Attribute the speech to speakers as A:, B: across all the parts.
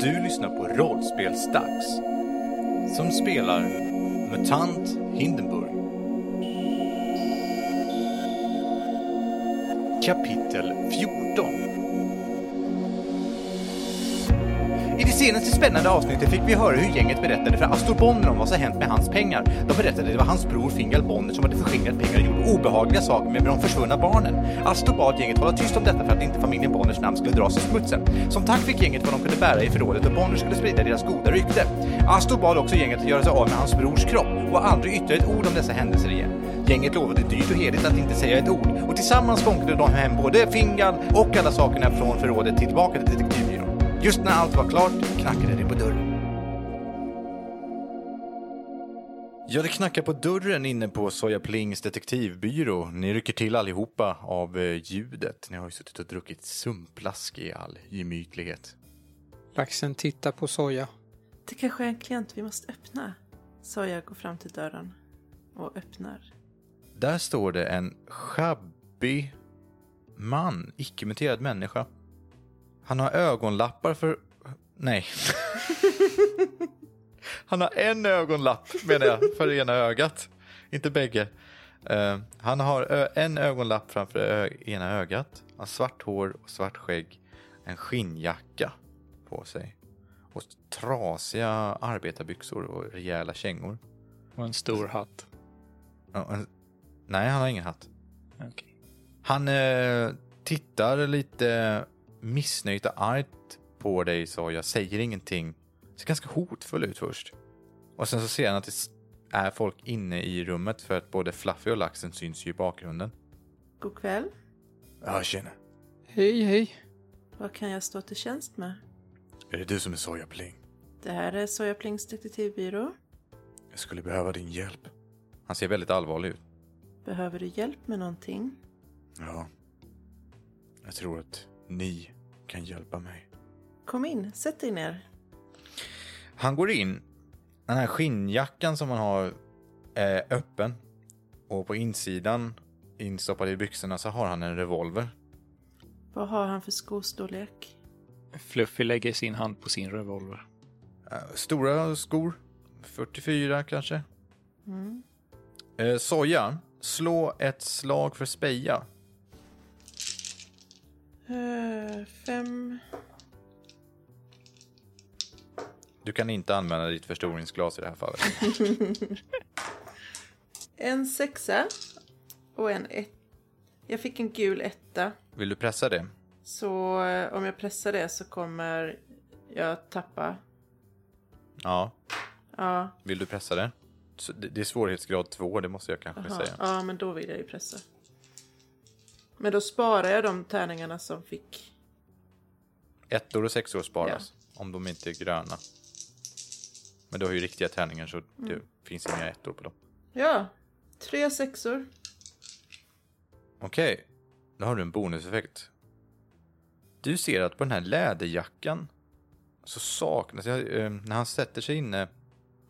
A: Du lyssnar på Rollspelsdags som spelar MUTANT Hindenburg. Kapitel 14 I det senaste spännande avsnittet fick vi höra hur gänget berättade för Astor Bonner om vad som hänt med hans pengar. De berättade att det var hans bror Fingal Bonner som hade förskingrat pengar och gjort obehagliga saker med de försvunna barnen. Astor bad gänget hålla tyst om detta för att inte familjen Bonners namn skulle dras i smutsen. Som tack fick gänget vad de kunde bära i förrådet och Bonner skulle sprida deras goda rykte. Astor bad också gänget att göra sig av med hans brors kropp och aldrig yttra ett ord om dessa händelser igen. Gänget lovade dyrt och heligt att inte säga ett ord och tillsammans fångade de hem både Fingal och alla sakerna från förrådet tillbaka till detektivbyrån. Just när allt var klart knackade det på dörren. Ja, det knackar på dörren inne på Soja Plings detektivbyrå. Ni rycker till allihopa av eh, ljudet. Ni har ju suttit och druckit sumplask i all gemytlighet.
B: Laxen tittar på Soja.
C: Det kanske är en klient vi måste öppna. Så jag går fram till dörren och öppnar.
A: Där står det en schabbig man, icke-muterad människa. Han har ögonlappar för... Nej. Han har en ögonlapp, menar jag, för ena ögat. Inte bägge. Eh, han har ö- en ögonlapp framför ö- ena ögat. Han har svart hår och svart skägg. En skinnjacka på sig. Och trasiga arbetarbyxor och rejäla kängor.
D: Och en stor hatt.
A: Ja, en... Nej, han har ingen hatt.
D: Okej.
A: Han eh, tittar lite missnöjt och argt på dig så jag säger ingenting. Ser ganska hotfull ut först. Och sen så ser han att det s- är folk inne i rummet för att både Fluffy och laxen syns ju i bakgrunden.
C: God kväll.
A: Ja, tjena.
B: Hej, hej.
C: Vad kan jag stå till tjänst med?
A: Är det du som är Sojapling?
C: Det här är Soja Plings detektivbyrå.
A: Jag skulle behöva din hjälp. Han ser väldigt allvarlig ut.
C: Behöver du hjälp med någonting?
A: Ja. Jag tror att ni kan hjälpa mig.
C: Kom in, sätt dig ner.
A: Han går in. Den här skinnjackan som han har är öppen. Och på insidan, instoppad i byxorna, så har han en revolver.
C: Vad har han för skostorlek?
D: Fluffy lägger sin hand på sin revolver.
A: Eh, Stora skor. 44 kanske.
C: Mm.
A: Eh, Soja, slå ett slag för speja.
C: Eh, fem.
A: Du kan inte använda ditt förstoringsglas i det här fallet.
C: En sexa och en ett. Jag fick en gul etta.
A: Vill du pressa det?
C: Så eh, om jag pressar det så kommer jag tappa.
A: Ja.
C: Ja,
A: Vill du pressa det? Så det- Det är svårighetsgrad 2, det måste jag kanske
C: Aha,
A: säga.
C: ja, men då vill jag ju pressa. Men då sparar jag de tärningarna som fick.
A: Ettor och sexor sparas. Om de inte är gröna. Men du har ju riktiga tärningar så det finns inga ettor på dem.
C: Ja, tre sexor.
A: Okej, då har du en bonuseffekt. Du ser att på den här läderjackan så saknas, jag, eh, när han sätter sig inne,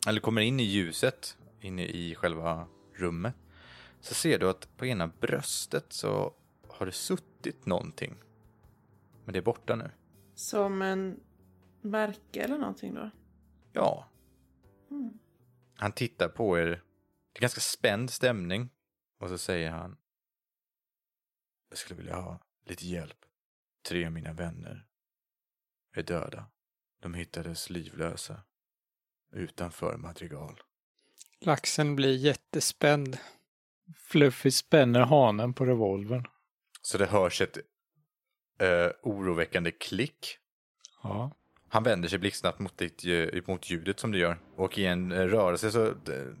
A: eller kommer in i ljuset, inne i själva rummet, så ser du att på ena bröstet så har det suttit någonting. Men det är borta nu.
C: Som en märke eller någonting då. Mm.
A: Ja. Han tittar på er. Det är ganska spänd stämning. Och så säger han. Jag skulle vilja ha lite hjälp. Tre av mina vänner är döda. De hittades livlösa utanför Madrigal.
B: Laxen blir jättespänd.
D: Fluffy spänner hanen på revolvern.
A: Så det hörs ett eh, oroväckande klick
D: Ja.
A: Han vänder sig blixtsnabbt mot, ditt, ljud- mot ljudet som du gör. Och i en eh, rörelse så eh,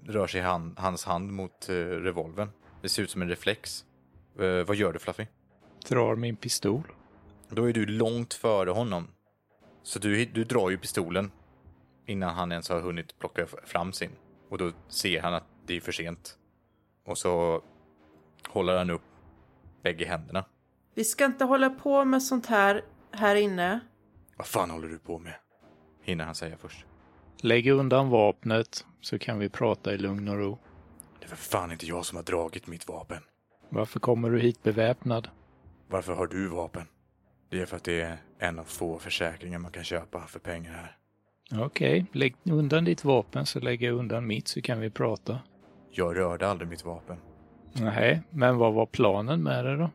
A: rör sig han, hans hand mot eh, revolvern. Det ser ut som en reflex. Eh, vad gör du Fluffy?
D: Drar min pistol.
A: Då är du långt före honom. Så du, du drar ju pistolen innan han ens har hunnit plocka f- fram sin. Och då ser han att det är för sent. Och så håller han upp bägge händerna.
C: Vi ska inte hålla på med sånt här här inne.
A: Vad fan håller du på med? Hinner han säga först.
D: Lägg undan vapnet så kan vi prata i lugn och ro.
A: Det är för fan inte jag som har dragit mitt vapen.
D: Varför kommer du hit beväpnad?
A: Varför har du vapen? Det är för att det är en av få försäkringar man kan köpa för pengar här.
D: Okej, lägg undan ditt vapen så lägger jag undan mitt så kan vi prata.
A: Jag rörde aldrig mitt vapen.
D: Nej, men vad var planen med det då?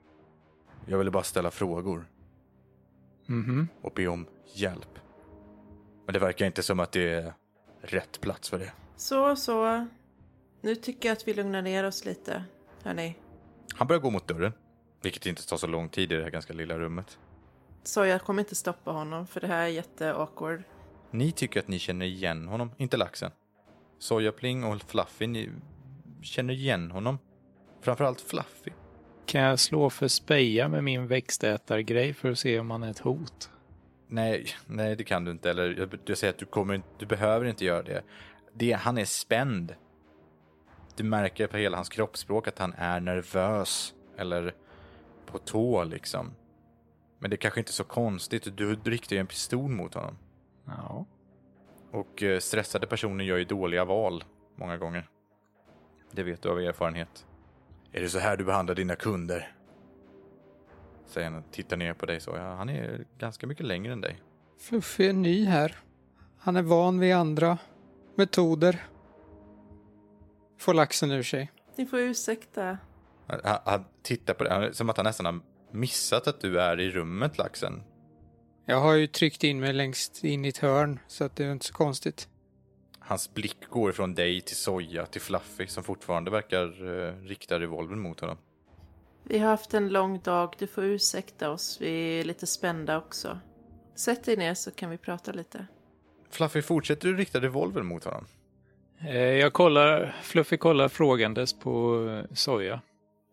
A: Jag ville bara ställa frågor
D: Mhm,
A: och be om hjälp. Men det verkar inte som att det är rätt plats för det.
C: Så, så. Nu tycker jag att vi lugnar ner oss lite. Hörni,
A: Han börjar gå mot dörren, vilket inte tar så lång tid i det här ganska lilla rummet.
C: Soja kommer inte stoppa honom för det här är jätteawkward.
A: Ni tycker att ni känner igen honom, inte laxen. Sojapling och Fluffy, ni känner igen honom. Framförallt Fluffy.
D: Kan jag slå för speja med min växtätargrej för att se om han är ett hot?
A: Nej, nej det kan du inte. Eller jag, jag säger att du, kommer, inte- du behöver inte göra det. det. Han är spänd. Du märker på hela hans kroppsspråk att han är nervös. Eller på tå liksom. Men det är kanske inte är så konstigt. Du riktar ju en pistol mot honom.
D: Ja.
A: Och eh, stressade personer gör ju dåliga val många gånger. Det vet du av erfarenhet. Är det så här du behandlar dina kunder? Säger han och tittar ner på dig så. Ja, han är ganska mycket längre än dig.
E: Fluffy är ny här. Han är van vid andra metoder. Får laxen ur sig.
C: Ni får ursäkta.
A: Han, han, han tittar på dig som att han nästan har missat att du är i rummet, laxen.
E: Jag har ju tryckt in mig längst in i ett hörn så att det är inte så konstigt.
A: Hans blick går ifrån dig till Soja till Fluffy som fortfarande verkar eh, rikta revolvern mot honom.
C: Vi har haft en lång dag. Du får ursäkta oss. Vi är lite spända också. Sätt dig ner så kan vi prata lite.
A: Fluffy fortsätter du rikta revolvern mot honom?
D: Eh, Jag kollar, Fluffy kollar frågandes på eh, Soja.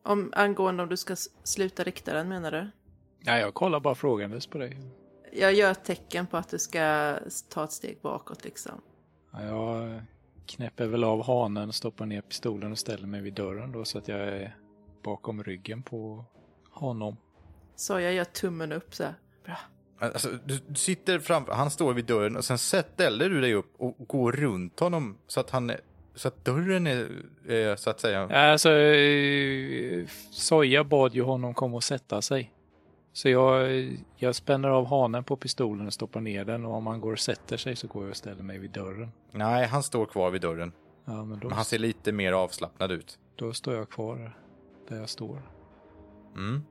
C: Om, angående om du ska s- sluta rikta den menar du?
D: Nej, jag kollar bara frågandes på dig.
C: Jag gör ett tecken på att du ska s- ta ett steg bakåt liksom.
D: Ja, Jag knäpper väl av hanen, stoppar ner pistolen och ställer mig vid dörren då så att jag är bakom ryggen på honom.
C: Så jag gör tummen upp så här. Bra.
A: Alltså, du, du sitter framför, han står vid dörren och sen sätter du dig upp och går runt honom så att han, är- så att dörren är, är så att säga.
D: Alltså, eh, Soja bad ju honom komma och sätta sig. Så jag, jag spänner av hanen på pistolen och stoppar ner den och om han går och sätter sig så går jag och ställer mig vid dörren.
A: Nej, han står kvar vid dörren.
D: Ja, men då,
A: Men han ser lite mer avslappnad ut.
D: då står jag kvar där jag står.
A: Mm.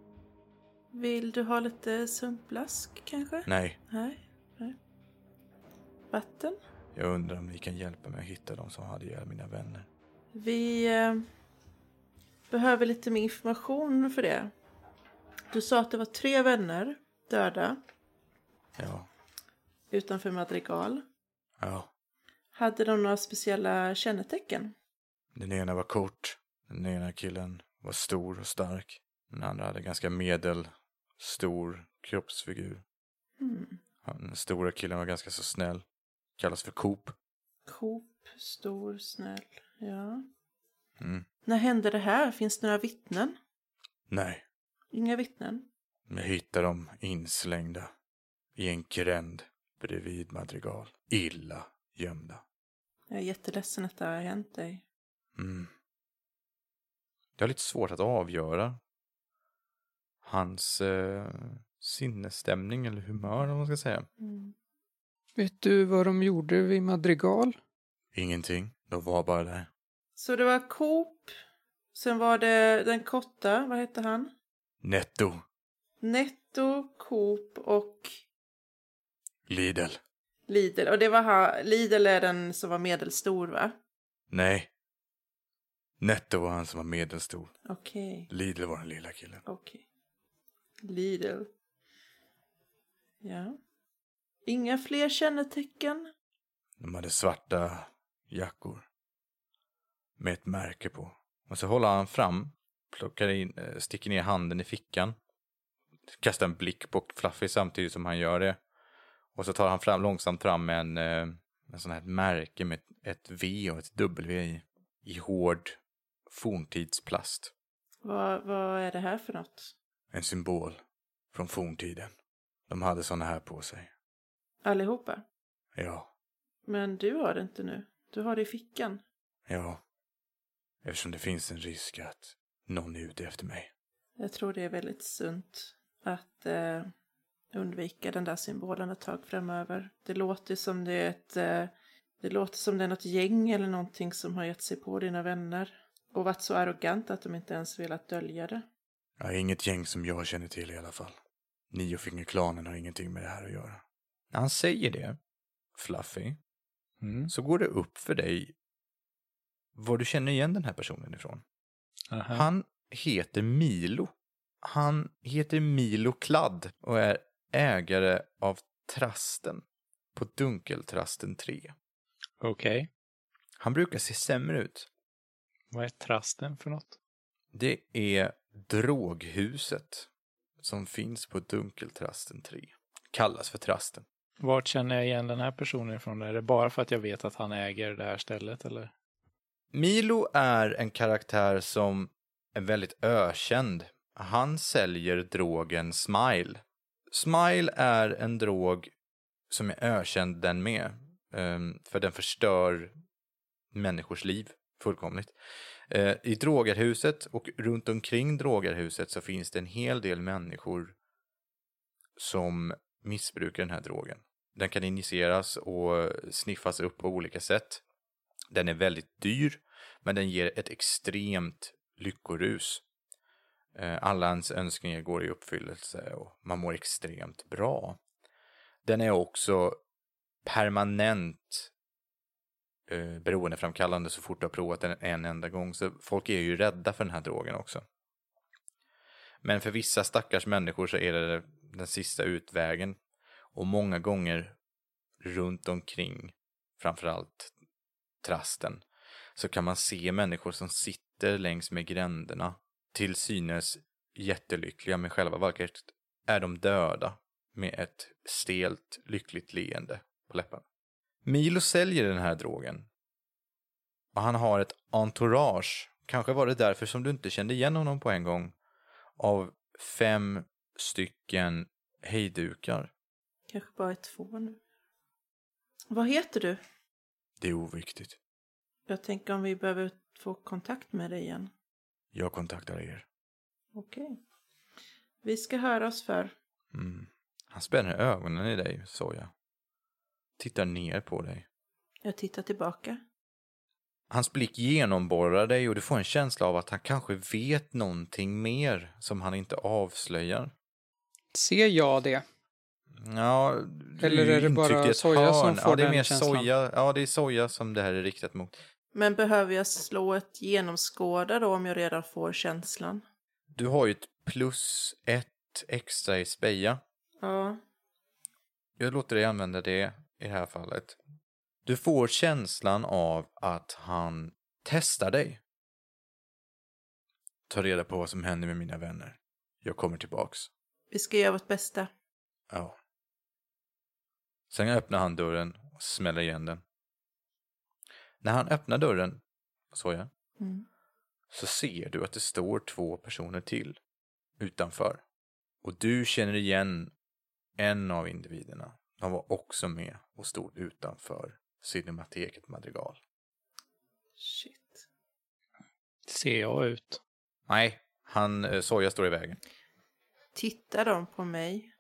C: Vill du ha lite sumpblask kanske?
A: Nej,
C: Nej. Nej. Vatten?
A: jag undrar om ni kan hjälpa mig att hitta de som hade ihjäl mina vänner.
C: Vi eh, behöver lite mer information för det. Du sa att det var tre vänner döda
A: Ja,
C: utanför Madrigal.
A: ja.
C: Hade de några speciella kännetecken?
A: Den ena var kort. Den ena killen var stor och stark. Den andra hade ganska medelstor kroppsfigur.
C: Hmm.
A: Han- Den stora killen var ganska så snäll. Kallas för Coop.
C: Coop, stor, snäll. Ja.
A: Mm.
C: När hände det här? Finns det några vittnen?
A: Nej,
C: Inga vittnen?
A: men jag hittade dem inslängda i en gränd bredvid Madrigal. Illa gömda.
C: Jag är jätteledsen att det har hänt dig.
A: Mm. Det är lite svårt att avgöra hans eh, sinnesstämning eller humör om man ska säga.
C: Mm.
E: Vet du vad de gjorde vid Madrigal?
A: Ingenting. De var bara där.
C: Så det var Coop. Sen var det den korta, vad hette han?
A: Netto.
C: Netto, Coop och
A: Lidl.
C: Lidl. Och det var ha, Lidl är den som var medelstor va?
A: Nej. Netto var han som var medelstor.
C: Okej.
A: Lidl var den lilla killen.
C: Okej. Lidl. Ja. Inga fler kännetecken?
A: De hade svarta jackor. Med ett märke på. Och så håller han fram, plockar in, eh, sticker ner handen i fickan. Kastar en blick på Fluffy samtidigt som han gör det. Och så tar han fram, långsamt fram en, eh, en sån här märke med ett V och ett W i. I hård forntidsplast.
C: Vad, vad är det här för något?
A: En symbol från forntiden. De hade såna här på sig.
C: Allihopa?
A: Ja,
C: Men du har det inte nu. Du har det i fickan.
A: ja. Eftersom det finns en risk att någon är ute efter mig.
C: Jag tror det är väldigt sunt att eh, undvika den där symbolen ett tag framöver. Det låter som det är ett... eh, Det låter som det är något gäng eller någonting som har gett sig på dina vänner. Och varit så arrogant att de inte ens velat dölja det.
A: Ja, inget gäng som jag känner till i alla fall. Niofingerklanen har ingenting med det här att göra. När han säger det, Fluffy,
D: Mm.
A: så går det upp för dig var du känner igen den här personen ifrån.
D: Aha.
A: Han heter Milo. Han heter Milo Kladd och är ägare av Trasten på Dunkeltrasten 3.
D: Okej.
A: Han brukar se sämre ut.
D: Vad är trasten för något?
A: Det är droghuset som finns på Dunkeltrasten 3. Kallas för Trasten.
D: Vart känner jag igen den här personen ifrån? Är det bara för att jag vet att han äger det här stället eller?
A: Milo är en karaktär som är väldigt ökänd. Han säljer drogen Smile. Smile är en drog som är ökänd den med. ehm, För den förstör människors liv fullkomligt. Eh, I drogerhuset och runt omkring drogerhuset så finns det en hel del människor som missbrukar den här drogen. Den kan injiceras och sniffas upp på olika sätt. Den är väldigt dyr, men den ger ett extremt lyckorus. Eh, Alla ens önskningar går i uppfyllelse och man mår extremt bra. Den är också permanent eh, beroendeframkallande så fort du har provat den en enda gång, så folk är ju rädda för den här drogen också. Men för vissa stackars människor så är det den sista utvägen och många gånger runt omkring, framförallt trasten så kan man se människor som sitter längs med gränderna till synes jättelyckliga men själva verket är de döda med ett stelt lyckligt leende på läpparna. Milo säljer den här drogen och han har ett entourage, kanske var det därför som du inte kände igen honom på en gång, av fem stycken hejdukar.
C: Kanske bara är två nu. Vad heter du?
A: Det är oviktigt.
C: Jag tänker om vi behöver få kontakt med dig igen.
A: Jag kontaktar er.
C: Okej. Vi ska höra oss för.
A: Mm. Han spänner ögonen i dig, Soja. Tittar ner på dig.
C: Jag tittar tillbaka.
A: Hans blick genomborrar dig och du får en känsla av att han kanske vet någonting mer som han inte avslöjar.
F: Ser jag det?
A: Ja, du
F: Eller är
A: ju
F: det bara
A: intryckt i ett
F: Soja
A: hörn.
F: som
A: ja,
F: får
A: det är
F: den
A: mer
F: känslan?
A: Soja, ja, det är Soja som det här är riktat mot.
C: Men behöver jag slå ett genomskåda då om jag redan får känslan?
A: Du har ju ett plus ett extra i speja.
C: Ja.
A: Jag låter dig använda det i det här fallet. Du får känslan av att han testar dig. Ta reda på vad som händer med mina vänner. Jag kommer tillbaks.
C: Vi ska göra vårt bästa.
A: Ja. Sen öppnar han dörren och smäller igen den. När han öppnar dörren, så ja,
C: Mm.
A: så ser du att det står två personer till utanför. Och du känner igen en av individerna. De var också med och stod utanför Cinemateket Madrigal.
C: Shit.
D: Ser jag ut?
A: Nej, han, eh, Soja står i vägen.
C: Tittar de på mig?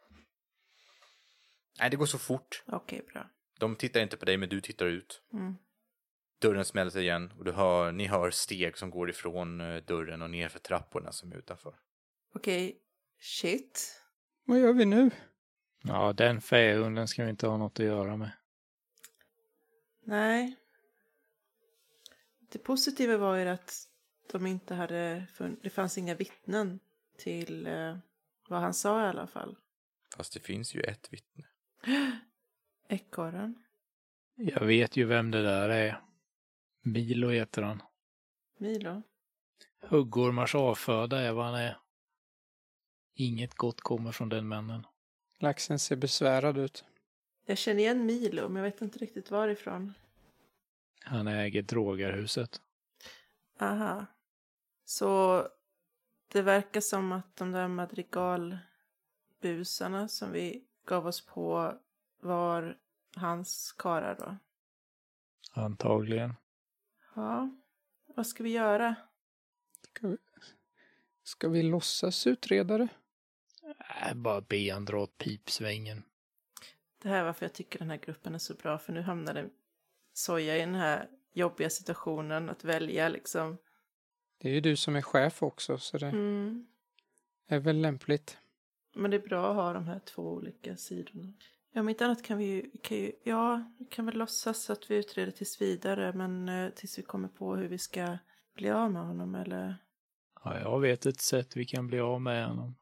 A: Nej, det går så fort.
C: Okej, bra.
A: De tittar inte på dig, men du tittar ut.
C: Mm.
A: Dörren smälls igen och du hör, ni hör steg som går ifrån eh, dörren och ner för trapporna som är utanför.
C: Okej. Shit.
F: Vad gör vi nu?
D: Ja, den fähunden ska vi inte ha något att göra med.
C: Nej. Det positiva var ju att de inte hade... Fun- det fanns inga vittnen till eh, vad han sa i alla fall.
A: Fast det finns ju ett vittne.
C: Ekorren.
D: Jag vet ju vem det där är. Milo heter han.
C: Milo.
D: Huggormars avföda är vad han är. Inget gott kommer från den männen.
F: Laxen ser besvärad ut.
C: Jag känner igen Milo, men jag vet inte riktigt varifrån.
D: Han äger drogerhuset.
C: Aha. Så det verkar som att de där madrigalbusarna som vi gav oss på var hans karlar då?
D: Antagligen.
C: Ja. Vad ska vi göra?
F: Ska vi, ska vi låtsas utredare?
D: Äh, bara be han dra åt pipsvängen.
C: Det här är varför jag tycker den här gruppen är så bra, för nu hamnade Soja i den här jobbiga situationen att välja liksom.
F: Det är ju du som är chef också, så det
C: Mm.
F: är väl lämpligt.
C: Men det är bra att ha de här två olika sidorna. Ja, om inte annat kan vi ju, vi kan ju, ja, vi kan väl låtsas att vi utreder tills vidare, men eh, tills vi kommer på hur vi ska bli av med honom eller
D: Ja, jag vet ett sätt vi kan bli av med honom.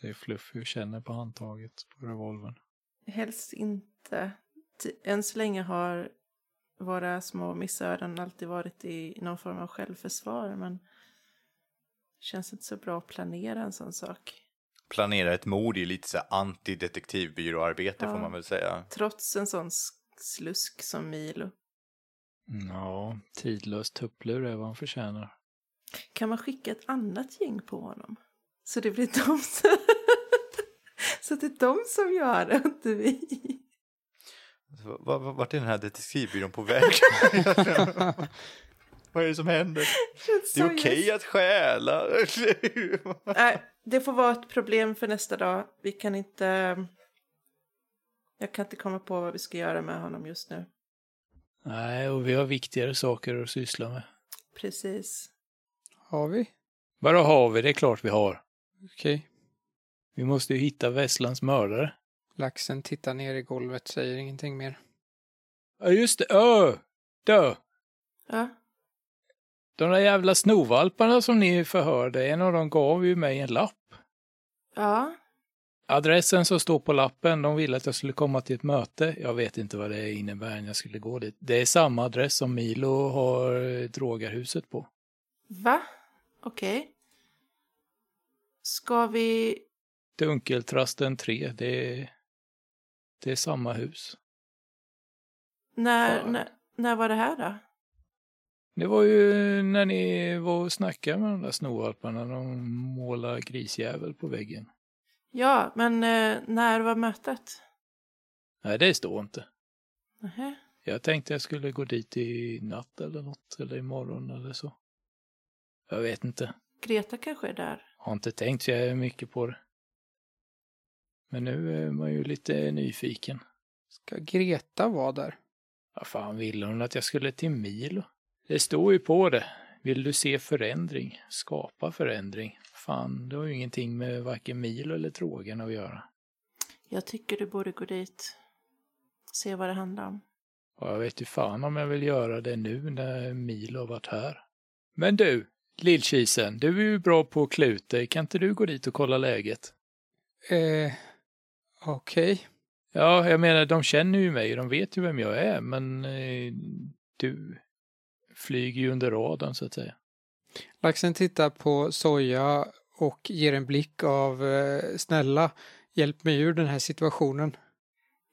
D: Säger Fluffy och känner på handtaget på revolvern.
C: helst inte. Ti- Än så länge har våra små missöden alltid varit i någon form av självförsvar, men det känns inte så bra att planera en sån sak.
A: Planera ett mord är lite så här antidetektivbyråarbete får
C: Ja.
A: man väl säga.
C: Trots en sån s- slusk som Milo.
D: Ja, tidlös tupplur är vad han förtjänar.
C: Kan man skicka ett annat gäng på honom? Så det blir de som... Så att det är de som gör det, inte vi.
A: Så, va- va- Vart är den här detektivbyrån på väg? Vad är det som händer?
C: Känns
A: Det är
C: så
A: okej att stjäla.
C: Nej, det får vara ett problem för nästa dag. Vi kan inte... Jag kan inte komma på vad vi ska göra med honom just nu.
D: Nej, och vi har viktigare saker att syssla med.
C: Precis.
F: Har vi?
D: Vadå har vi? Det är klart vi har.
F: Okej.
D: Vi måste ju hitta Vesslans mördare.
F: Laxen tittar ner i golvet, säger ingenting mer.
D: Ja, just det. Ö! Dö!
C: Ja,
D: De där jävla snovalparna som ni förhörde, en av dem gav ju mig en lapp.
C: ja.
D: Adressen som står på lappen, de ville att jag skulle komma till ett möte. Jag vet inte vad det innebär när jag skulle gå dit. Det är samma adress som Milo har eh, drogarhuset på.
C: Va? Okej. Ska vi...
D: Dunkeltrasten 3, det är, det är samma hus.
C: När,
D: Fan.
C: när, när var det här då?
D: Det var ju när ni var och snackade med de där snovalparna, de målade grisjävel på väggen.
C: Ja, men eh, när var mötet?
D: Nej, det står inte.
C: Nähä.
D: Jag tänkte jag skulle gå dit i natt eller något, eller imorgon eller så. Jag vet inte.
C: Greta kanske är där.
D: Har inte tänkt så jag mycket på det. Men nu är man ju lite nyfiken.
F: Ska Greta vara där?
D: Vad fan ville hon att jag skulle till Milo? Det står ju på det. Vill du se förändring? Skapa förändring. Fan, det har ju ingenting med varken Milo eller drogerna att göra.
C: Jag tycker du borde gå dit. Se vad det handlar om.
D: Och jag vet ju fan om jag vill göra det nu när Milo har varit här. Men du, Lillkisen, du är ju bra på att klä ut dig. Kan inte du gå dit och kolla läget?
F: Eh, okej.
D: Ja, jag menar, de känner ju mig och de vet ju vem jag är, men eh, du flyger ju under radarn så att säga.
F: Laxen tittar på Soja och ger en blick av eh, snälla, hjälp mig ur den här situationen.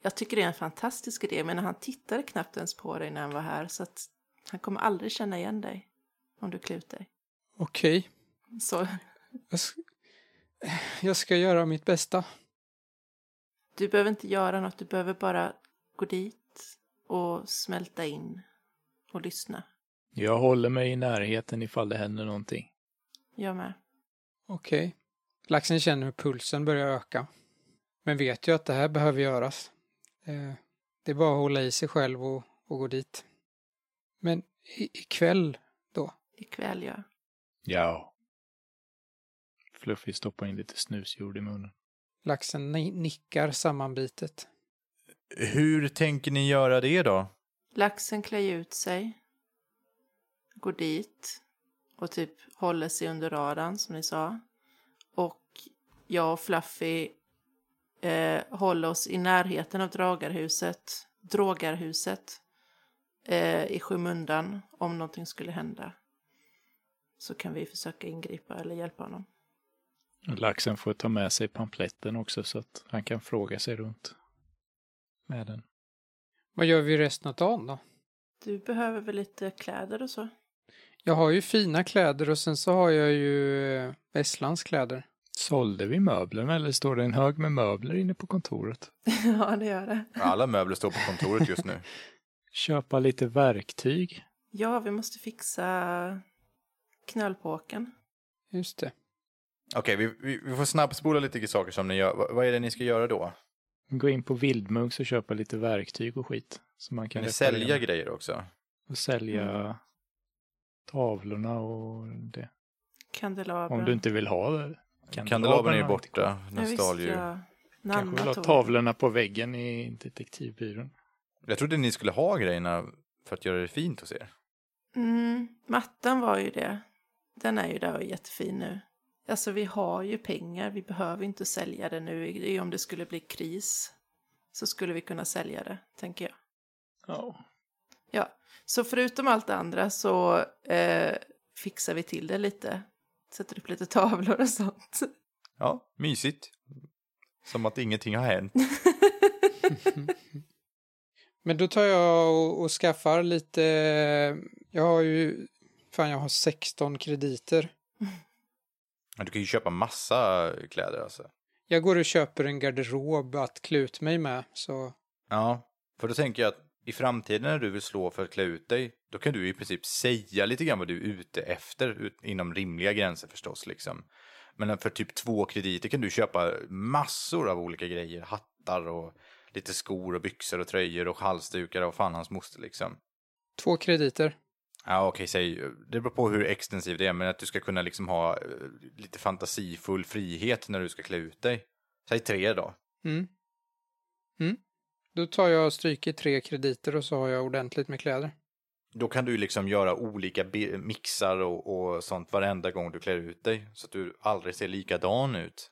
C: Jag tycker det är en fantastisk idé, men han tittade knappt ens på dig när han var här, så att han kommer aldrig känna igen dig om du klär ut dig.
F: Okej,
C: Så
F: jag, sk- jag ska göra mitt bästa.
C: du behöver inte göra något, du behöver bara gå dit och smälta in och lyssna.
D: Jag håller mig i närheten ifall det händer någonting.
C: Jag med.
F: Okej. Laxen känner hur pulsen börjar öka. Men vet ju att det här behöver göras. Eh, det är bara att hålla i sig själv och, och gå dit. Men i- ikväll då?
C: Ikväll, ja.
D: Ja. Fluffy stoppar in lite snusjord i munnen.
F: Laxen ni- nickar sammanbitet.
A: Hur tänker ni göra det då?
C: Laxen klär ju ut sig, går dit och typ håller sig under radarn som ni sa. Och jag och Fluffy eh, håller oss i närheten av dragarhuset, drogarhuset eh, i skymundan om någonting skulle hända. Så kan vi försöka ingripa eller hjälpa honom.
D: Laxen får ta med sig pamfletten också så att han kan fråga sig runt med den.
F: Vad gör vi resten av dagen då?
C: Du behöver väl lite kläder och så?
F: Jag har ju fina kläder och sen så har jag ju eh, Vesslans kläder.
D: Sålde vi möblerna eller står det en hög med möbler inne på kontoret?
C: ja, det gör det.
A: Alla möbler står på kontoret just nu.
D: Köpa lite verktyg.
C: Ja, vi måste fixa knölpåken.
F: Just det.
A: Okej, vi, vi, vi får snabbspola lite saker som ni gör. Va, vad är det ni ska göra då?
D: Gå in på Vildmunks och köpa lite verktyg och skit. Så
A: Kan
D: man kan
A: ni Mm.
D: reparera.
A: sälja grejer också?
D: Och sälja tavlorna och det.
C: Kandelabra.
D: Om du inte vill ha det.
A: Kandelabern är ju
D: har inte
A: borta.
C: Nu
A: Den
C: visste
A: stal ju.
C: jag.
D: Kanske vill
C: Nanna
D: ha
C: tog
D: tavlorna på väggen i detektivbyrån.
A: Jag trodde ni skulle ha grejerna för att göra det fint hos er.
C: Mm, mattan var ju det. Den är ju där och är jättefin nu. Alltså vi har ju pengar, vi behöver inte sälja det nu. Det är ju Om det skulle bli kris så skulle vi kunna sälja det, tänker jag.
D: Ja.
C: Ja, så förutom allt det andra så eh, fixar vi till det lite. Sätter upp lite tavlor och sånt.
A: Ja, mysigt. Som att ingenting har hänt.
F: Men då tar jag och, och skaffar lite, eh, jag har ju, fan jag har 16 krediter.
A: Ja, Du kan ju köpa massa kläder alltså.
F: Jag går och köper en garderob att klä ut mig med, så
A: Ja, för då tänker jag att i framtiden när du vill slå för att klä ut dig, då kan du i princip säga lite grann vad du är ute efter, ut, inom rimliga gränser förstås. Liksom. Men för typ två krediter kan du köpa massor av olika grejer, hattar och lite skor och byxor och tröjor och halsdukar och fan hans moster liksom.
F: två krediter.
A: Ja, okej, säg, det beror på hur extensivt det är, men att du ska kunna liksom ha eh, lite fantasifull frihet när du ska klä ut dig. Säg tre då.
F: Mm. Mm. Då tar jag och stryker tre krediter och så har jag ordentligt med kläder.
A: Då kan du liksom göra olika bi- mixar och, och sånt varenda gång du klär ut dig. Så att du aldrig ser likadan ut.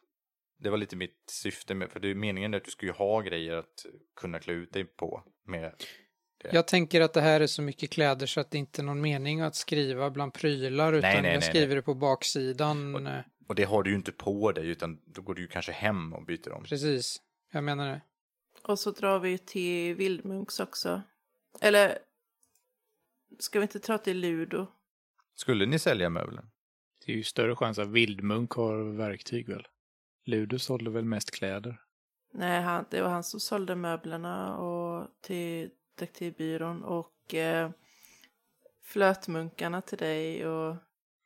A: Det var lite mitt syfte med, för det är meningen att du ska ju ha grejer att kunna klä ut dig på. Med. Ja.
F: Jag tänker att det här är så mycket kläder så att det inte är någon mening att skriva bland prylar utan
A: nej,
F: jag
A: nej,
F: skriver det på baksidan. eh,
A: Och det har du ju inte på dig utan då går du ju kanske hem och byter om.
F: Precis, jag menar det.
C: Och så drar vi ju till Vildmunks också. Eller ska vi inte dra till Ludo?
A: Skulle ni sälja möbler?
D: Det är ju större chans att Vildmunk har verktyg väl. Ludo sålde väl mest kläder.
C: Nej, han, det var han som sålde möblerna och till detektivbyrån och eh, flötmunkarna till dig och...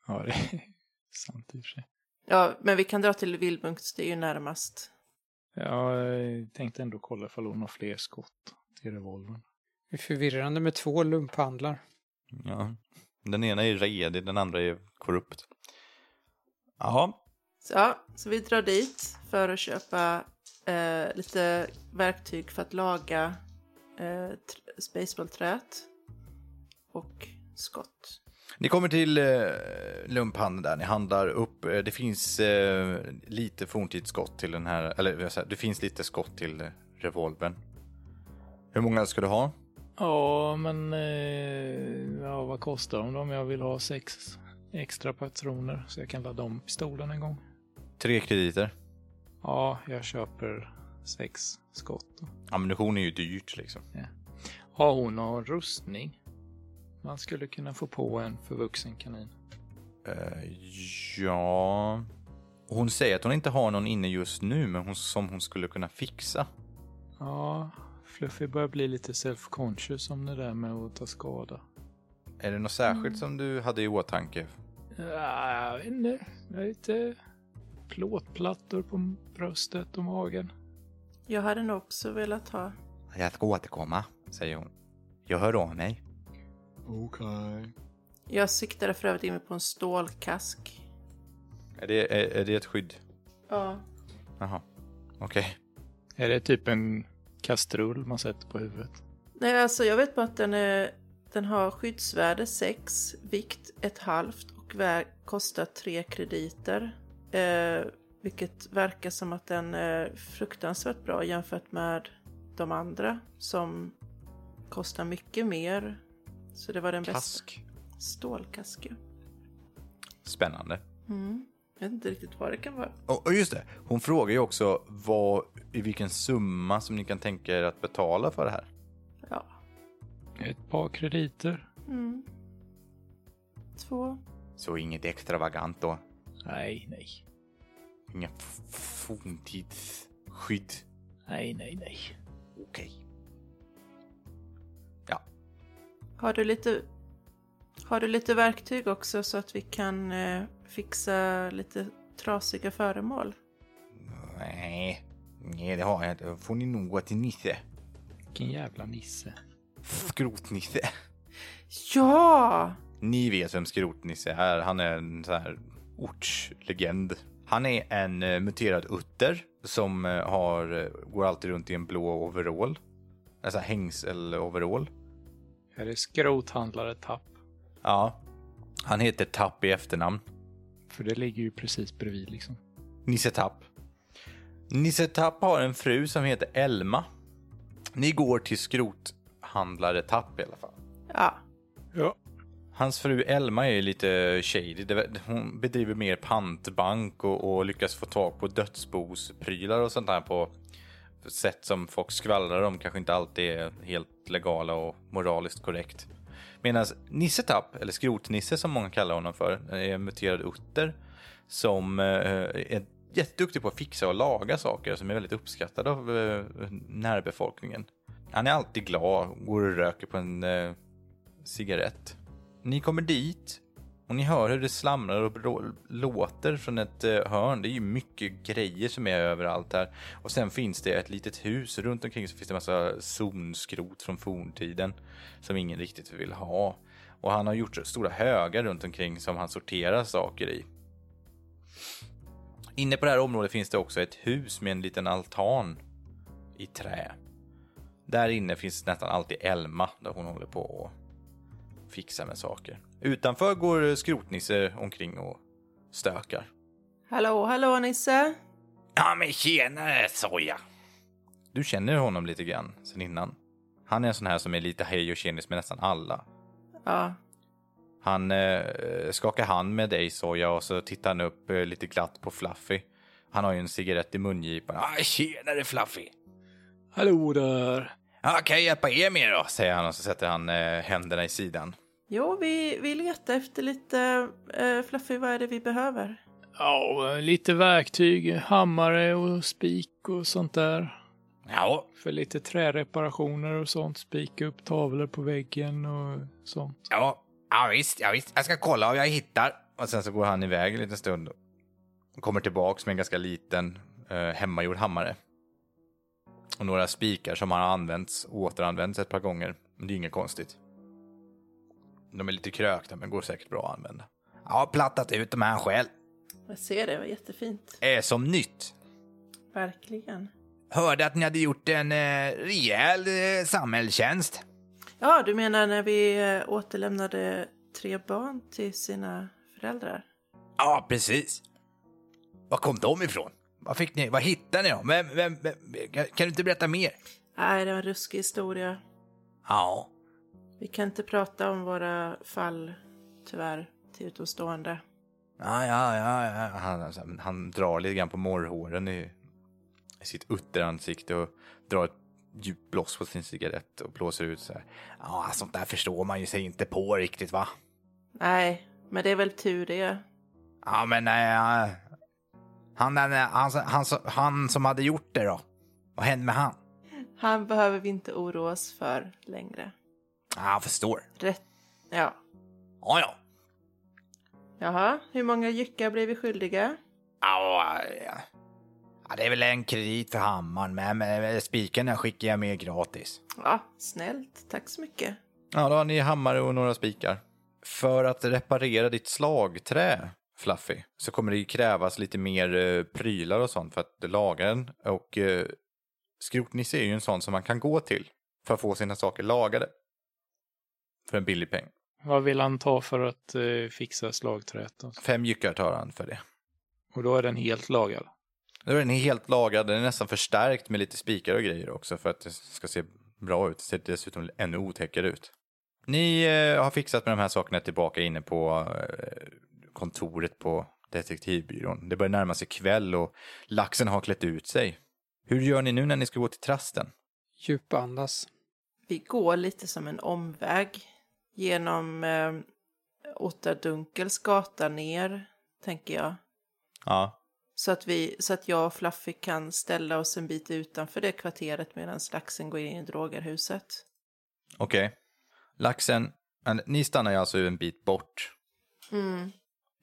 D: Ja, det är sant i och för sig.
C: Ja, men vi kan dra till Vildmunks, det är ju närmast.
D: Jag tänkte ändå kolla ifall hon har fler skott till revolvern.
F: Det är förvirrande med två lumphandlar.
A: Ja. Den ena är redig, den andra är korrupt. Jaha,
C: Så, ja, så vi drar dit för att köpa eh, lite verktyg för att laga eh, tr- spaceballträet och skott.
A: Ni kommer till eh, lumphandeln där, ni handlar upp. Eh, Det finns eh, lite forntidsskott till den här, eller vad jag säger, det finns lite skott till eh, revolvern. Hur många ska du ha?
D: Ja, men eh, ja, vad kostar de om jag vill ha sex extra patroner så jag kan ladda om pistolen en gång?
A: Tre krediter.
D: Ja, jag köper sex skott. då.
A: Ammunition är ju dyrt liksom.
D: Ja, hon har rustning. Man skulle kunna få på en förvuxen kanin.
A: Eh, ja... Hon säger att hon inte har någon inne just nu, men hon, som hon skulle kunna fixa.
D: Ja, Fluffy börjar bli lite self-conscious om det där med att ta skada.
A: Är det något särskilt som du hade i åtanke?
D: Ja, Ah, jag vet inte. Jag har lite plåtplattor på bröstet och magen.
C: Jag hade nog också velat ha.
A: Jag ska återkomma, säger hon. Jag hör av mig.
D: Okej.
C: Jag siktade för övrigt in mig på en stålkask.
A: Är det, är, är det ett skydd?
C: Ja.
A: Jaha, okej.
D: Är det typ en kastrull man sätter på huvudet?
C: Nej, alltså jag vet bara att den, är, den har skyddsvärde 6, vikt ett halvt och vä- kostar 3 krediter. Eh, vilket verkar som att den är fruktansvärt bra jämfört med de andra som kostar mycket mer. Så det var den bästa.
A: Kask.
C: Stålkask ju.
A: Spännande.
C: Mm. Jag vet inte riktigt vad det kan vara.
A: Och och just det, hon frågar ju också vad, i vilken summa som ni kan tänka er att betala för det här.
C: Ja.
D: Ett par krediter?
C: Mm. Två.
A: Så inget extravagant då.
D: Nej, nej.
A: Inga f- forntidsskydd.
D: Nej, nej, nej.
A: Okej.
C: Har du lite, har du lite verktyg också så att vi kan eh, fixa lite trasiga föremål?
A: Nej, nej det har jag inte. Får ni något till Nisse?
D: Vilken jävla nisse.
A: Skrotnisse.
C: Ja!
A: Ni vet vem Skrotnisse är. Han är en sån här ortslegend. Han är en eh, muterad utter som eh, har, eh, går alltid runt i en blå overall. Alltså hängsel-overall.
D: Är det skrothandlare Tapp?
A: Ja. Han heter Tapp i efternamn.
D: För det ligger ju precis bredvid liksom.
A: Nisse Tapp. Nisse Tapp har en fru som heter Elma. Ni går till skrothandlare Tapp i alla fall.
C: Ja.
D: Ja.
A: Hans fru Elma är ju lite shady. Det- Hon bedriver mer pantbank och, och lyckas få tag på dödsbosprylar och sånt där på sätt som folk skvallrar om kanske inte alltid är helt legala och moraliskt korrekt. Medan Nisse Tapp, eller Skrotnisse som många kallar honom för, är en muterad utter som eh, är jätteduktig på att fixa och laga saker som är väldigt uppskattad av eh, närbefolkningen. Han är alltid glad, går och röker på en eh, cigarett. Ni kommer dit och ni hör hur det slamrar och brå- låter från ett eh, hörn. Det är ju mycket grejer som är överallt här. Och sen finns det ett litet hus. Runt omkring så finns det massa zonskrot från forntiden som ingen riktigt vill ha. Och han har gjort stora högar runt omkring som han sorterar saker i. Inne på det här området finns det också ett hus med en liten altan i trä. Där inne finns nästan alltid Elma där hon håller på och fixa med saker. Utanför går Skrotnisse omkring och stökar.
C: Hallå, hallå Nisse!
A: Ja men tjenare soja! Du känner honom lite grann sen innan. Han är en sån här som är lite hej och tjenis med nästan alla.
C: Ja.
A: Han eh, skakar hand med dig soja och så tittar han upp eh, lite glatt på Fluffy. Han har ju en cigarett i mungipan. Ah, tjenare Fluffy!
D: Hallå där!
A: Ah, kan jag hjälpa er med då? Säger han och så sätter han eh, händerna i sidan.
C: Jo, vi, vi letar efter lite... eh, Fluffy, vad är det vi behöver?
D: Ja, lite verktyg, hammare och spik och sånt där.
A: Ja,
D: För lite träreparationer och sånt. Spika upp tavlor på väggen och sånt.
A: Ja, ja visst, ja visst. Jag ska kolla om jag hittar. Och sen så går han iväg en liten stund. och Kommer tillbaks med en ganska liten eh, hemmagjord hammare. Och några spikar som har använts och återanvänts ett par gånger. Men det är inget konstigt. De är lite krökta men går säkert bra att använda. Jag har plattat ut de här själv.
C: Jag ser det, det var jättefint.
A: Är som nytt.
C: Verkligen.
A: Hörde att ni hade gjort en eh, rejäl eh, samhällstjänst.
C: Ja, du menar när vi eh, återlämnade tre barn till sina föräldrar?
A: Ja, precis. Var kom de ifrån? Vad fick ni? Vad hittade ni dem? Vem, vem, vem, kan, kan du inte berätta mer?
C: Nej, det var en ruskig historia.
A: Ja.
C: Vi kan inte prata om våra fall, tyvärr, till utomstående.
A: Ja, ja, ja. ja. Han, han- han drar lite grann på morrhåren i, i sitt utteransikte och drar ett djupt blås på sin cigarett och blåser ut så här. Ja, sånt där förstår man ju sig inte på riktigt, va?
C: Nej, men det är väl tur det.
A: Ja, men nej. han, han, han, han, han som hade gjort det då? Vad hände med han?
C: Han behöver vi inte oroa oss för längre.
A: Ja, jag förstår.
C: Rätt... Ja.
A: Ja, ja.
C: Jaha, hur många jyckar blev vi skyldiga?
A: Ja, ja. ja, det är väl en kredit för hammaren, men, men, men spiken den skickar jag med gratis.
C: Ja, snällt. Tack så mycket.
A: Ja, då har ni hammare och några spikar. För att reparera ditt slagträ, Fluffy, så kommer det ju krävas lite mer eh, prylar och sånt för att laga den. Och eh, Skrotnisse är ju en sån som man kan gå till för att få sina saker lagade. För en billig peng.
D: Vad vill han ta för att eh, fixa slagträt? då?
A: Fem jyckar tar han för det.
D: Och då är den helt lagad.
A: Nu är den helt lagad, den är nästan förstärkt med lite spikar och grejer också för att det ska se bra ut. Det ser dessutom ännu otäckare ut. Ni eh, har fixat med de här sakerna tillbaka inne på eh, kontoret på detektivbyrån. Det börjar närma sig kväll och laxen har klätt ut sig. Hur gör ni nu när ni ska gå till trasten?
F: Djupandas.
C: Vi går lite som en omväg genom eh, Otta Dunkels gata ner, tänker jag.
A: Ja,
C: Så att, vi, så att jag och Fluffy kan ställa oss en bit utanför det kvarteret medan laxen går in i drogerhuset.
A: okej. Laxen, men ni stannar ju alltså en bit bort.
C: Mm.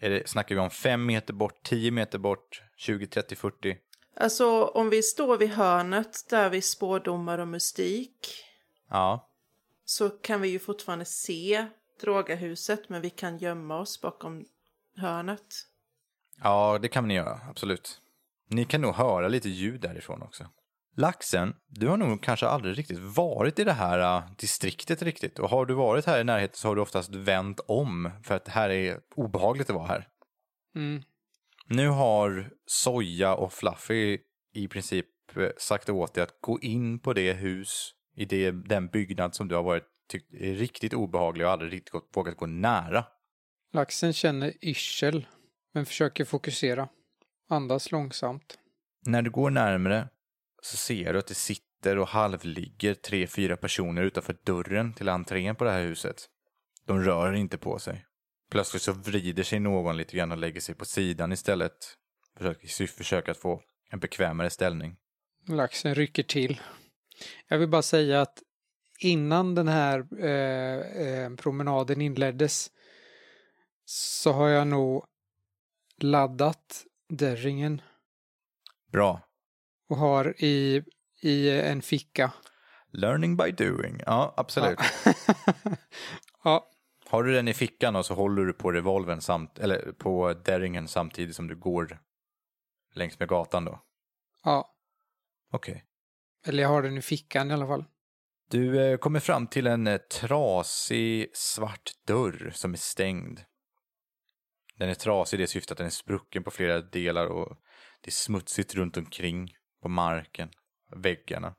A: Är det, snackar vi om 5 meter bort, 10 meter bort, 20, 30, 40?
C: Alltså om vi står vid hörnet där vi spårdomar och mystik
A: Ja,
C: så kan vi ju fortfarande se drogahuset men vi kan gömma oss bakom hörnet.
A: Ja, det kan ni göra, absolut. Ni kan nog höra lite ljud därifrån också. Laxen, du har nog kanske aldrig riktigt varit i det här äh, distriktet riktigt. Och har du varit här i närheten så har du oftast vänt om för att det här är obehagligt att vara här.
F: Mm.
A: Nu har Soja och Fluffy i princip eh, sagt åt dig att gå in på det hus i det, den byggnad som du har varit tyckt är riktigt obehaglig och aldrig riktigt gått- vågat gå nära.
F: Laxen känner yrsel, men försöker fokusera. Andas långsamt.
A: När du går närmre så ser du att det sitter och halvligger tre, fyra personer utanför dörren till entrén på det här huset. De rör inte på sig. Plötsligt så vrider sig någon lite grann och lägger sig på sidan istället. Försöker, försöker att få en bekvämare ställning.
F: Laxen rycker till. Jag vill bara säga att innan den här eh, eh, promenaden inleddes så har jag nog laddat dörringen
A: Bra.
F: och har i, i en ficka.
A: Learning by doing. Ja, absolut.
F: ja,
A: Har du den i fickan och så håller du på revolvern samt, eller på derringen samtidigt som du går längs med gatan då?
F: ja,
A: Okej.
F: eller jag har den i fickan i alla fall.
A: Du eh, kommer fram till en eh, trasig svart dörr som är stängd. Den är trasig i det syftet att den är sprucken på flera delar och det är smutsigt runt omkring på marken, väggarna.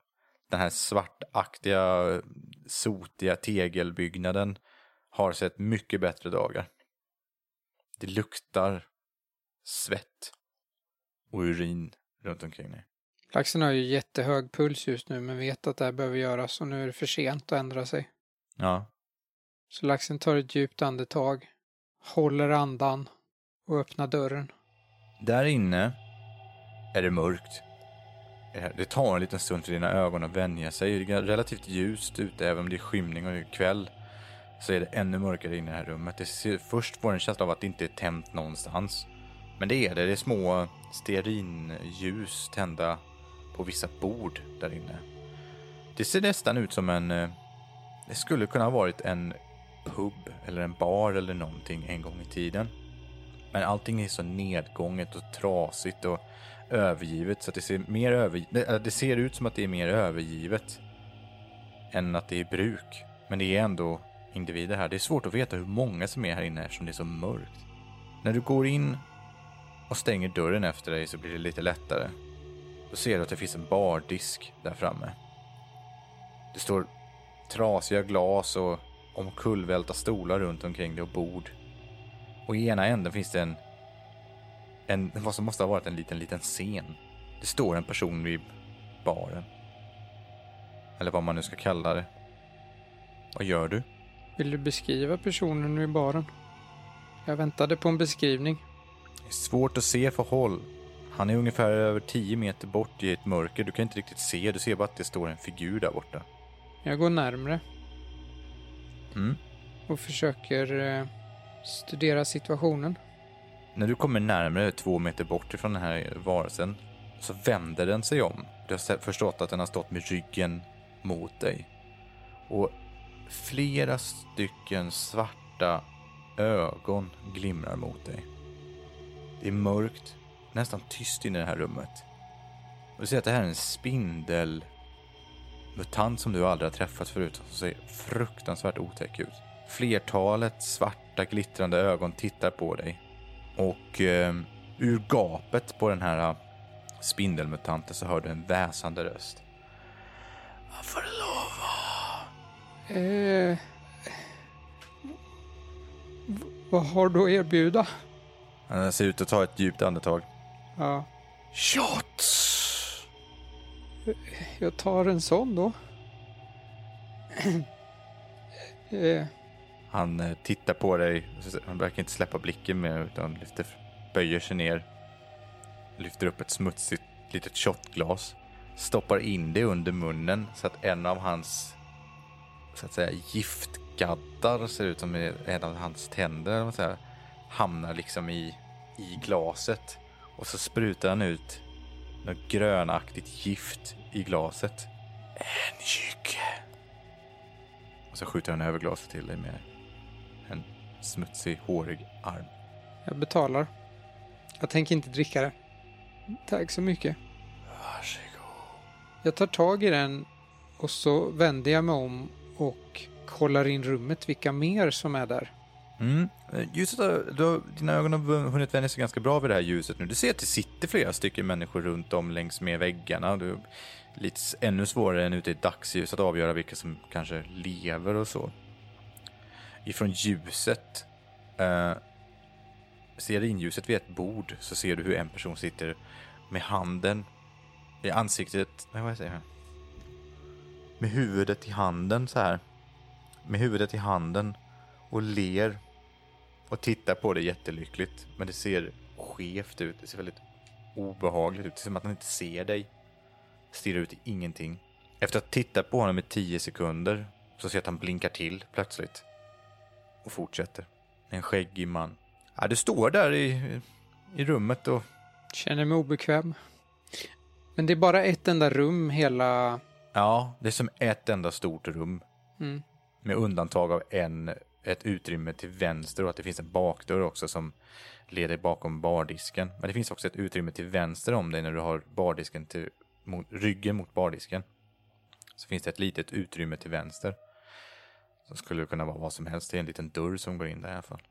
A: Den här svartaktiga, eh, sotiga tegelbyggnaden har sett mycket bättre dagar. Det luktar svett och urin runt omkring dig.
F: Laxen har ju jättehög puls just nu men vet att det här behöver göras och nu är det för sent att ändra sig.
A: Ja,
F: Så laxen tar ett djupt andetag, håller andan och öppnar dörren.
A: Där inne är det mörkt. Det tar en liten stund för dina ögon att vänja sig. Det är relativt ljust ute, även om det är skymning och det är kväll. Så är det ännu mörkare inne i det här rummet. Det ser, först får du en känsla av att det inte är tänt någonstans. Men det är det. Det är små stearinljus tända på vissa bord där inne. Det ser nästan ut som en... eh, Det skulle kunna ha varit en pub eller en bar eller någonting en gång i tiden. Men allting är så nedgånget och trasigt och övergivet så att det ser, mer över, det, äh, det ser ut som att det är mer övergivet än att det är i bruk. Men det är ändå individer här. Det är svårt att veta hur många som är här inne eftersom det är så mörkt. När du går in och stänger dörren efter dig så blir det lite lättare. Då ser du att det finns en bardisk där framme. Det står trasiga glas och omkullvälta stolar runt omkring det och bord. Och i ena änden finns det en, en vad som måste ha varit en liten, liten scen. Det står en person vid baren. Eller vad man nu ska kalla det. Vad gör du?
F: Vill du beskriva personen i baren? Jag väntade på en beskrivning.
A: Det är svårt att se för håll. Han är ungefär över 10 meter bort i ett mörker. Du kan inte riktigt se. Du ser bara att det står en figur där borta.
F: Jag går närmre
A: Mm.
F: och försöker eh, studera situationen.
A: När du kommer närmare två meter bort ifrån den här varelsen så vänder den sig om. Du har se- förstått att den har stått med ryggen mot dig. Och flera stycken svarta ögon glimrar mot dig. Det är mörkt, nästan tyst inne i det här rummet. Och du ser att det här är en spindel mutant som du aldrig har träffat förut som ser fruktansvärt otäck ut. Flertalet svarta glittrande ögon tittar på dig och eh, ur gapet på den här spindelmutanten så hör du en väsande röst.
F: Eh, v- vad har du att erbjuda?
A: Han ser ut att ta ett djupt andetag.
F: Ja,
A: Shots!
F: jag tar en sån då. eh,
A: Han eh, tittar på dig. Han verkar inte släppa blicken mer utan lyfter, böjer sig ner. Lyfter upp ett smutsigt litet shotglas. Stoppar in det under munnen så att en av hans så att säga giftgaddar ser ut som en av hans tänder. eller vad man säger. hamnar liksom i, i glaset. Och så sprutar han ut något grönaktigt gift i glaset. En jycke. Och så skjuter han över glaset till dig med en smutsig, hårig arm.
F: Jag betalar. Jag tänker inte dricka det. Tack så mycket. Jag tar tag i den och så vänder jag mig om och kollar in rummet vilka mer som är där.
A: Mm. Eh, Ljuset har, du har, dina ögon har hunnit vänja sig ganska bra vid det här ljuset nu. Du ser att det sitter flera stycken människor runt om längs med väggarna. Du, lite s- ännu svårare än ute i dagsljus att avgöra vilka som kanske lever och så. Ifrån ljuset, eh, ser du inljuset vid ett bord så ser du hur en person sitter med handen i ansiktet, nej vad säger jag? Med huvudet i handen så här. Med huvudet i handen och ler och tittar på det jättelyckligt. Men det ser skevt ut. Det ser väldigt obehagligt ut. Det ser som att han inte ser dig. Stirrar ut i ingenting. Efter att ha tittat på honom i tio sekunder så ser jag att han blinkar till plötsligt. Och fortsätter. En skäggig man. Ja, du står där i, i rummet och
F: Känner mig obekväm. Men det är bara ett enda rum hela...
A: Ja, det är som ett enda stort rum.
F: Mm.
A: Med undantag av en, ett utrymme till vänster och att det finns en bakdörr också som leder bakom bardisken. Men det finns också ett utrymme till vänster om dig när du har bardisken till, mot, ryggen mot bardisken. Så finns det ett litet utrymme till vänster. Som skulle kunna vara vad som helst. Det är en liten dörr som går in där i alla fall.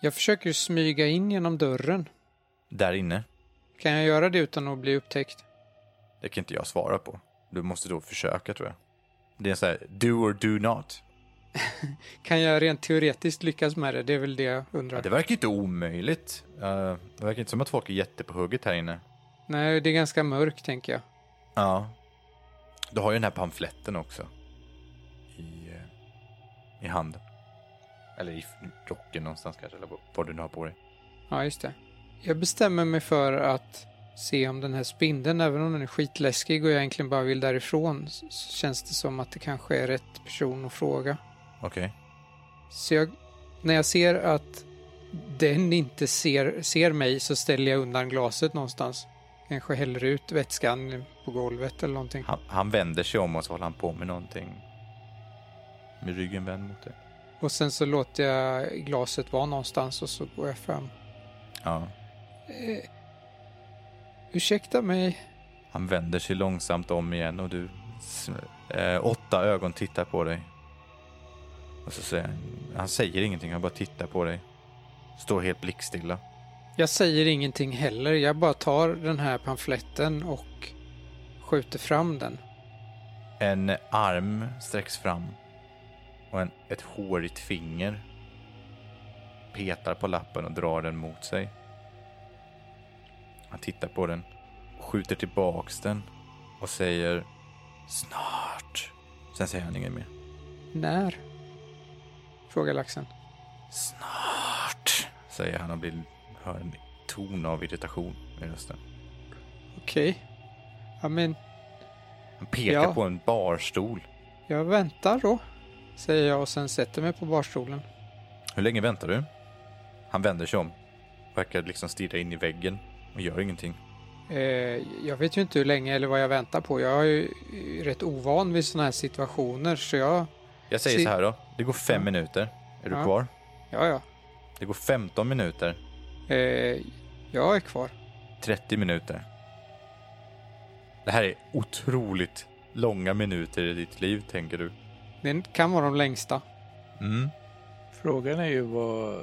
F: Jag försöker smyga in genom dörren.
A: Där inne.
F: Kan jag göra det utan att bli upptäckt?
A: Det kan inte jag svara på. Du måste då försöka tror jag. Det är så här, do or do not.
F: Kan jag rent teoretiskt lyckas med det? Det är väl det jag undrar.
A: Ja, det verkar inte omöjligt. Eh, det verkar inte som att folk är jätte på hugget här inne.
F: Nej, det är ganska mörkt tänker jag.
A: Ja. Du har ju den här pamfletten också. I, eh, i handen. Eller i f- rocken någonstans kanske, eller vad- vad du nu har på dig.
F: Ja, just det. Jag bestämmer mig för att se om den här spindeln, även om den är skitläskig och jag egentligen bara vill därifrån, så så känns det som att det kanske är rätt person att fråga.
A: Okej.
F: Så jag, när jag ser att den inte ser, ser mig så ställer jag undan glaset någonstans. Kanske häller ut vätskan på golvet eller någonting.
A: Han, han vänder sig om och så håller han på med någonting. Med ryggen vänd mot dig.
F: Och sen så låter jag glaset vara någonstans och så går jag fram.
A: Ja.
F: Eh, ursäkta mig,
A: Han vänder sig långsamt om igen och du... s- Eh, åtta ögon tittar på dig. Och så säger han... Han säger ingenting, han bara tittar på dig. Står helt blickstilla.
F: Jag säger ingenting heller. Jag bara tar den här pamfletten och skjuter fram den.
A: En arm sträcks fram och en, ett hårigt finger petar på lappen och drar den mot sig. Han tittar på den, skjuter tillbaks den och säger snart. Sen säger han inget mer.
F: När? Frågar laxen.
A: Snart, säger han och blir, hör en ton av irritation i rösten.
F: Okej. Ja, men
A: Han pekar
F: Ja.
A: på en barstol.
F: jag väntar då, säger jag och sen sätter mig på barstolen.
A: Hur länge väntar du? Han vänder sig om, verkar liksom stirra in i väggen och gör ingenting.
F: Eh, jag vet ju inte hur länge eller vad jag väntar på. Jag är ju eh, rätt ovan vid sådana här situationer så jag...
A: Jag säger
F: Si-
A: så här då. Det går fem minuter. Är du
F: Ja.
A: kvar?
F: Ja, ja.
A: Det går 15 minuter.
F: Eh, jag är kvar.
A: 30 minuter. Det här är otroligt långa minuter i ditt liv, tänker du.
F: Det kan vara de längsta.
A: Mm.
D: Frågan är ju vad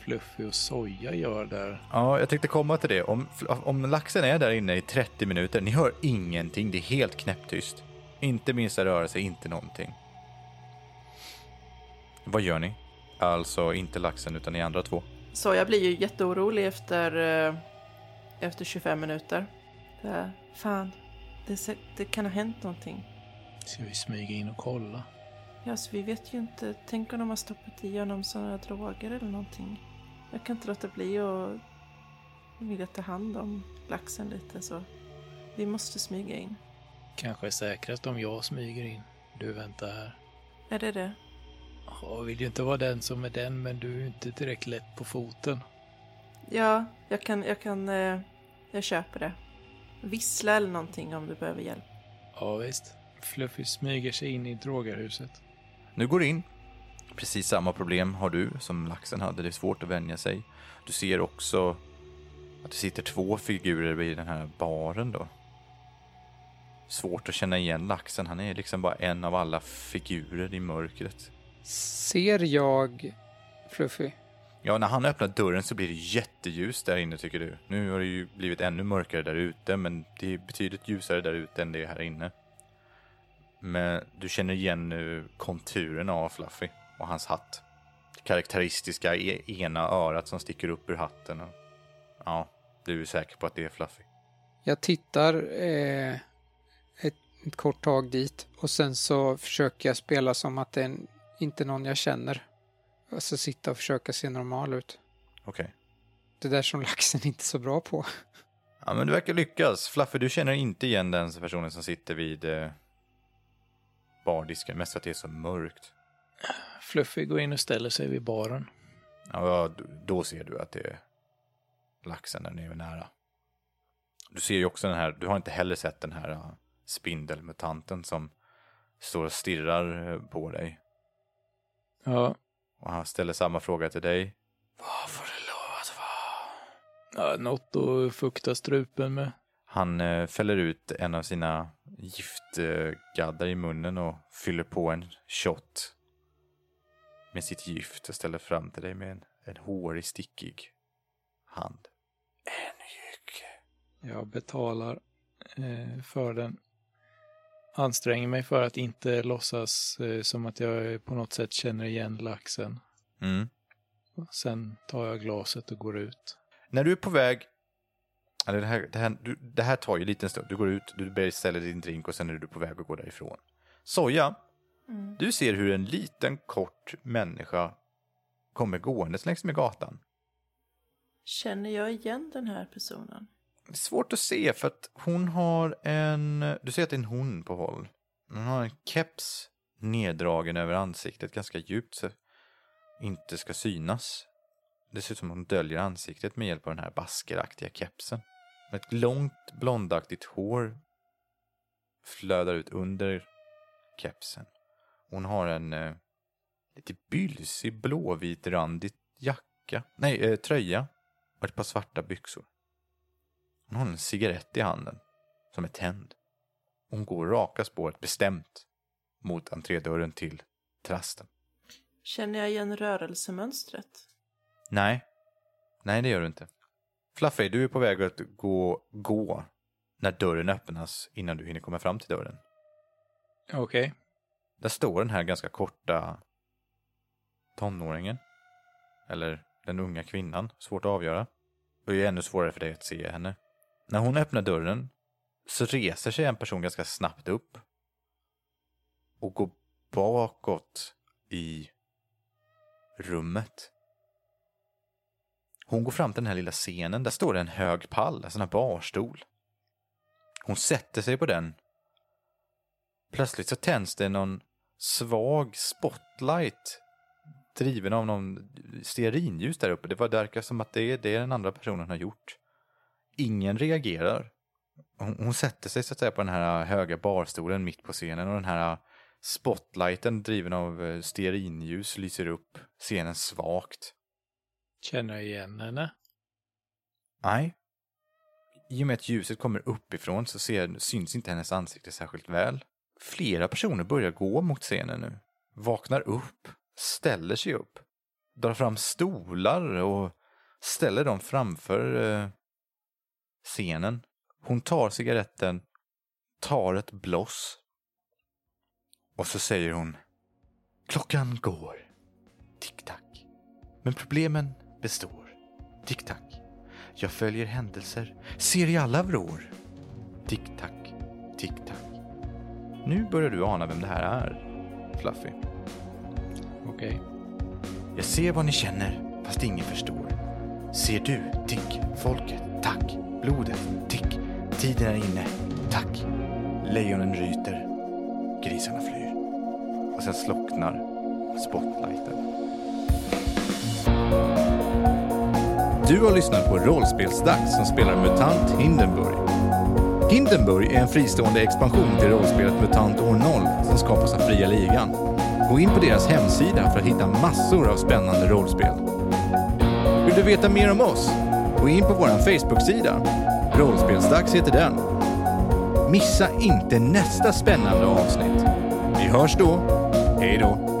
D: Fluffy och Soja gör där.
A: Ja, jag tänkte komma till det. Om, om laxen är där inne i 30 minuter, ni hör ingenting. Det är helt knäpptyst. Inte minsta rörelse, inte någonting. Vad gör ni? Alltså, inte laxen, utan ni andra två.
C: Så jag blir ju jätteorolig efter, eh, efter 25 minuter. Det här, fan, det, ser- det kan ha hänt någonting.
D: Ska vi smyga in och kolla?
C: Ja, så vi vet ju inte. Tänk om de har stoppat i honom sådana droger eller någonting. Jag kan inte låta bli att vilja ta hand om laxen lite så. Vi måste smyga in.
D: Kanske är säkrast om jag smyger in. Du väntar här.
C: Är det det?
D: Jag vill ju inte vara den som är den, men du är ju inte direkt lätt på foten.
C: Ja, jag kan, jag kan, eh, jag köper det. Vissla eller någonting om du behöver hjälp.
D: Ja, visst. Fluffy smyger sig in i drogerhuset.
A: Nu går du in. Precis samma problem har du som laxen hade. Det är svårt att vänja sig. Du ser också att det sitter två figurer vid den här baren då. Svårt att känna igen laxen. Han är liksom bara en av alla figurer i mörkret.
F: Ser jag Fluffy?
A: Ja, när han öppnar dörren så blir det jätteljust där inne tycker du. Nu har det ju blivit ännu mörkare där ute, men det är betydligt ljusare där ute än det är här inne. Men du känner igen nu konturerna av Fluffy och hans hatt. Det karaktäristiska e- ena örat som sticker upp ur hatten. och- Ja, du är säker på att det är Fluffy.
F: Jag tittar eh, ett, ett kort tag dit och sen så försöker jag spela som att det är en, inte någon jag känner. Alltså sitta och försöka se normal ut.
A: Okej.
F: Det där som laxen inte är så bra på.
A: Ja, men du verkar lyckas. Fluffy, du känner inte igen den personen som sitter vid eh, bardisken. Mest för att det är så mörkt.
D: Fluffy går in och ställer sig vid baren.
A: Ja, d- då ser du att det är laxen när den är nära. Du ser ju också den här, du har inte heller sett den här äh, spindelmutanten som står och stirrar eh, på dig.
D: Ja.
A: Och han ställer samma fråga till dig.
D: Vad får det lov att vara? Ja, något att fukta strupen med.
A: Han eh, fäller ut en av sina giftgaddar i munnen och fyller på en shot med sitt gift och ställer fram till dig med en, en hårig, stickig hand. En jycke.
D: Jag betalar eh, för den. Anstränger mig för att inte låtsas eh, som att jag på något sätt känner igen laxen.
A: Mm.
D: Sen tar jag glaset och går ut.
A: När du är på väg... Eller det, här, det, här, du, det här tar ju en liten stund. Du går ut, du beställer din drink och sen är du på väg att gå därifrån. Soja,
C: Mm.
A: du ser hur en liten kort människa kommer gåendes längs med gatan.
C: Känner jag igen den här personen?
A: Det är svårt att se för att hon har en... Du ser att det är en hon på håll. Hon har en keps neddragen över ansiktet ganska djupt så inte ska synas. Det ser ut som hon döljer ansiktet med hjälp av den här baskeraktiga kepsen. Ett långt blondaktigt hår flödar ut under kepsen. Hon har en eh, lite bylsig blåvit randig jacka, nej eh, tröja och ett par svarta byxor. Hon har en cigarett i handen, som är tänd. Hon går raka spåret bestämt mot entrédörren till trasten.
C: Känner jag igen rörelsemönstret?
A: Nej, nej det gör du inte. Fluffy, du är på väg att gå, gå när dörren öppnas innan du hinner komma fram till dörren.
D: Okej.
A: Där står den här ganska korta tonåringen. Eller den unga kvinnan, svårt att avgöra. Och det är ännu svårare för dig att se henne. När hon öppnar dörren så reser sig en person ganska snabbt upp och går bakåt i rummet. Hon går fram till den här lilla scenen. Där står det en hög pall, en sån här barstol. Hon sätter sig på den Plötsligt så tänds det någon svag spotlight driven av någon stearinljus där uppe. Det var verkar som att det är det den andra personen har gjort. Ingen reagerar. Hon, hon sätter sig så att säga på den här höga barstolen mitt på scenen och den här spotlighten driven av eh, stearinljus lyser upp scenen svagt.
D: Känner jag igen henne?
A: Nej. I och med att ljuset kommer uppifrån så ser, syns inte hennes ansikte särskilt väl. Flera personer börjar gå mot scenen nu. Vaknar upp, ställer sig upp, drar fram stolar och ställer dem framför eh, scenen. Hon tar cigaretten, tar ett bloss och så säger hon Klockan går. Tick-tack. Men problemen består. Tick-tack. Jag följer händelser, ser i alla vrår. Tick-tack, tick-tack. Nu börjar du ana vem det här är, Fluffy.
D: Okej.
A: Jag ser vad ni känner, fast ingen förstår. Ser du, tick, folket, tack, blodet, tick, tiden är inne, tack. Lejonen ryter, grisarna flyr. Och sen slocknar
G: spotlighten.
A: Du har lyssnat på Rollspelsdags som spelar MUTANT Hindenburg. Hindenburg är en fristående expansion till rollspelet MUTANT år 0 som skapas av Fria Ligan. Gå in på deras hemsida för att hitta massor av spännande rollspel. Vill du veta mer om oss? Gå in på vår Facebook-sida. Rollspelsdags heter den. Missa inte nästa spännande avsnitt. Vi hörs då. Hej då!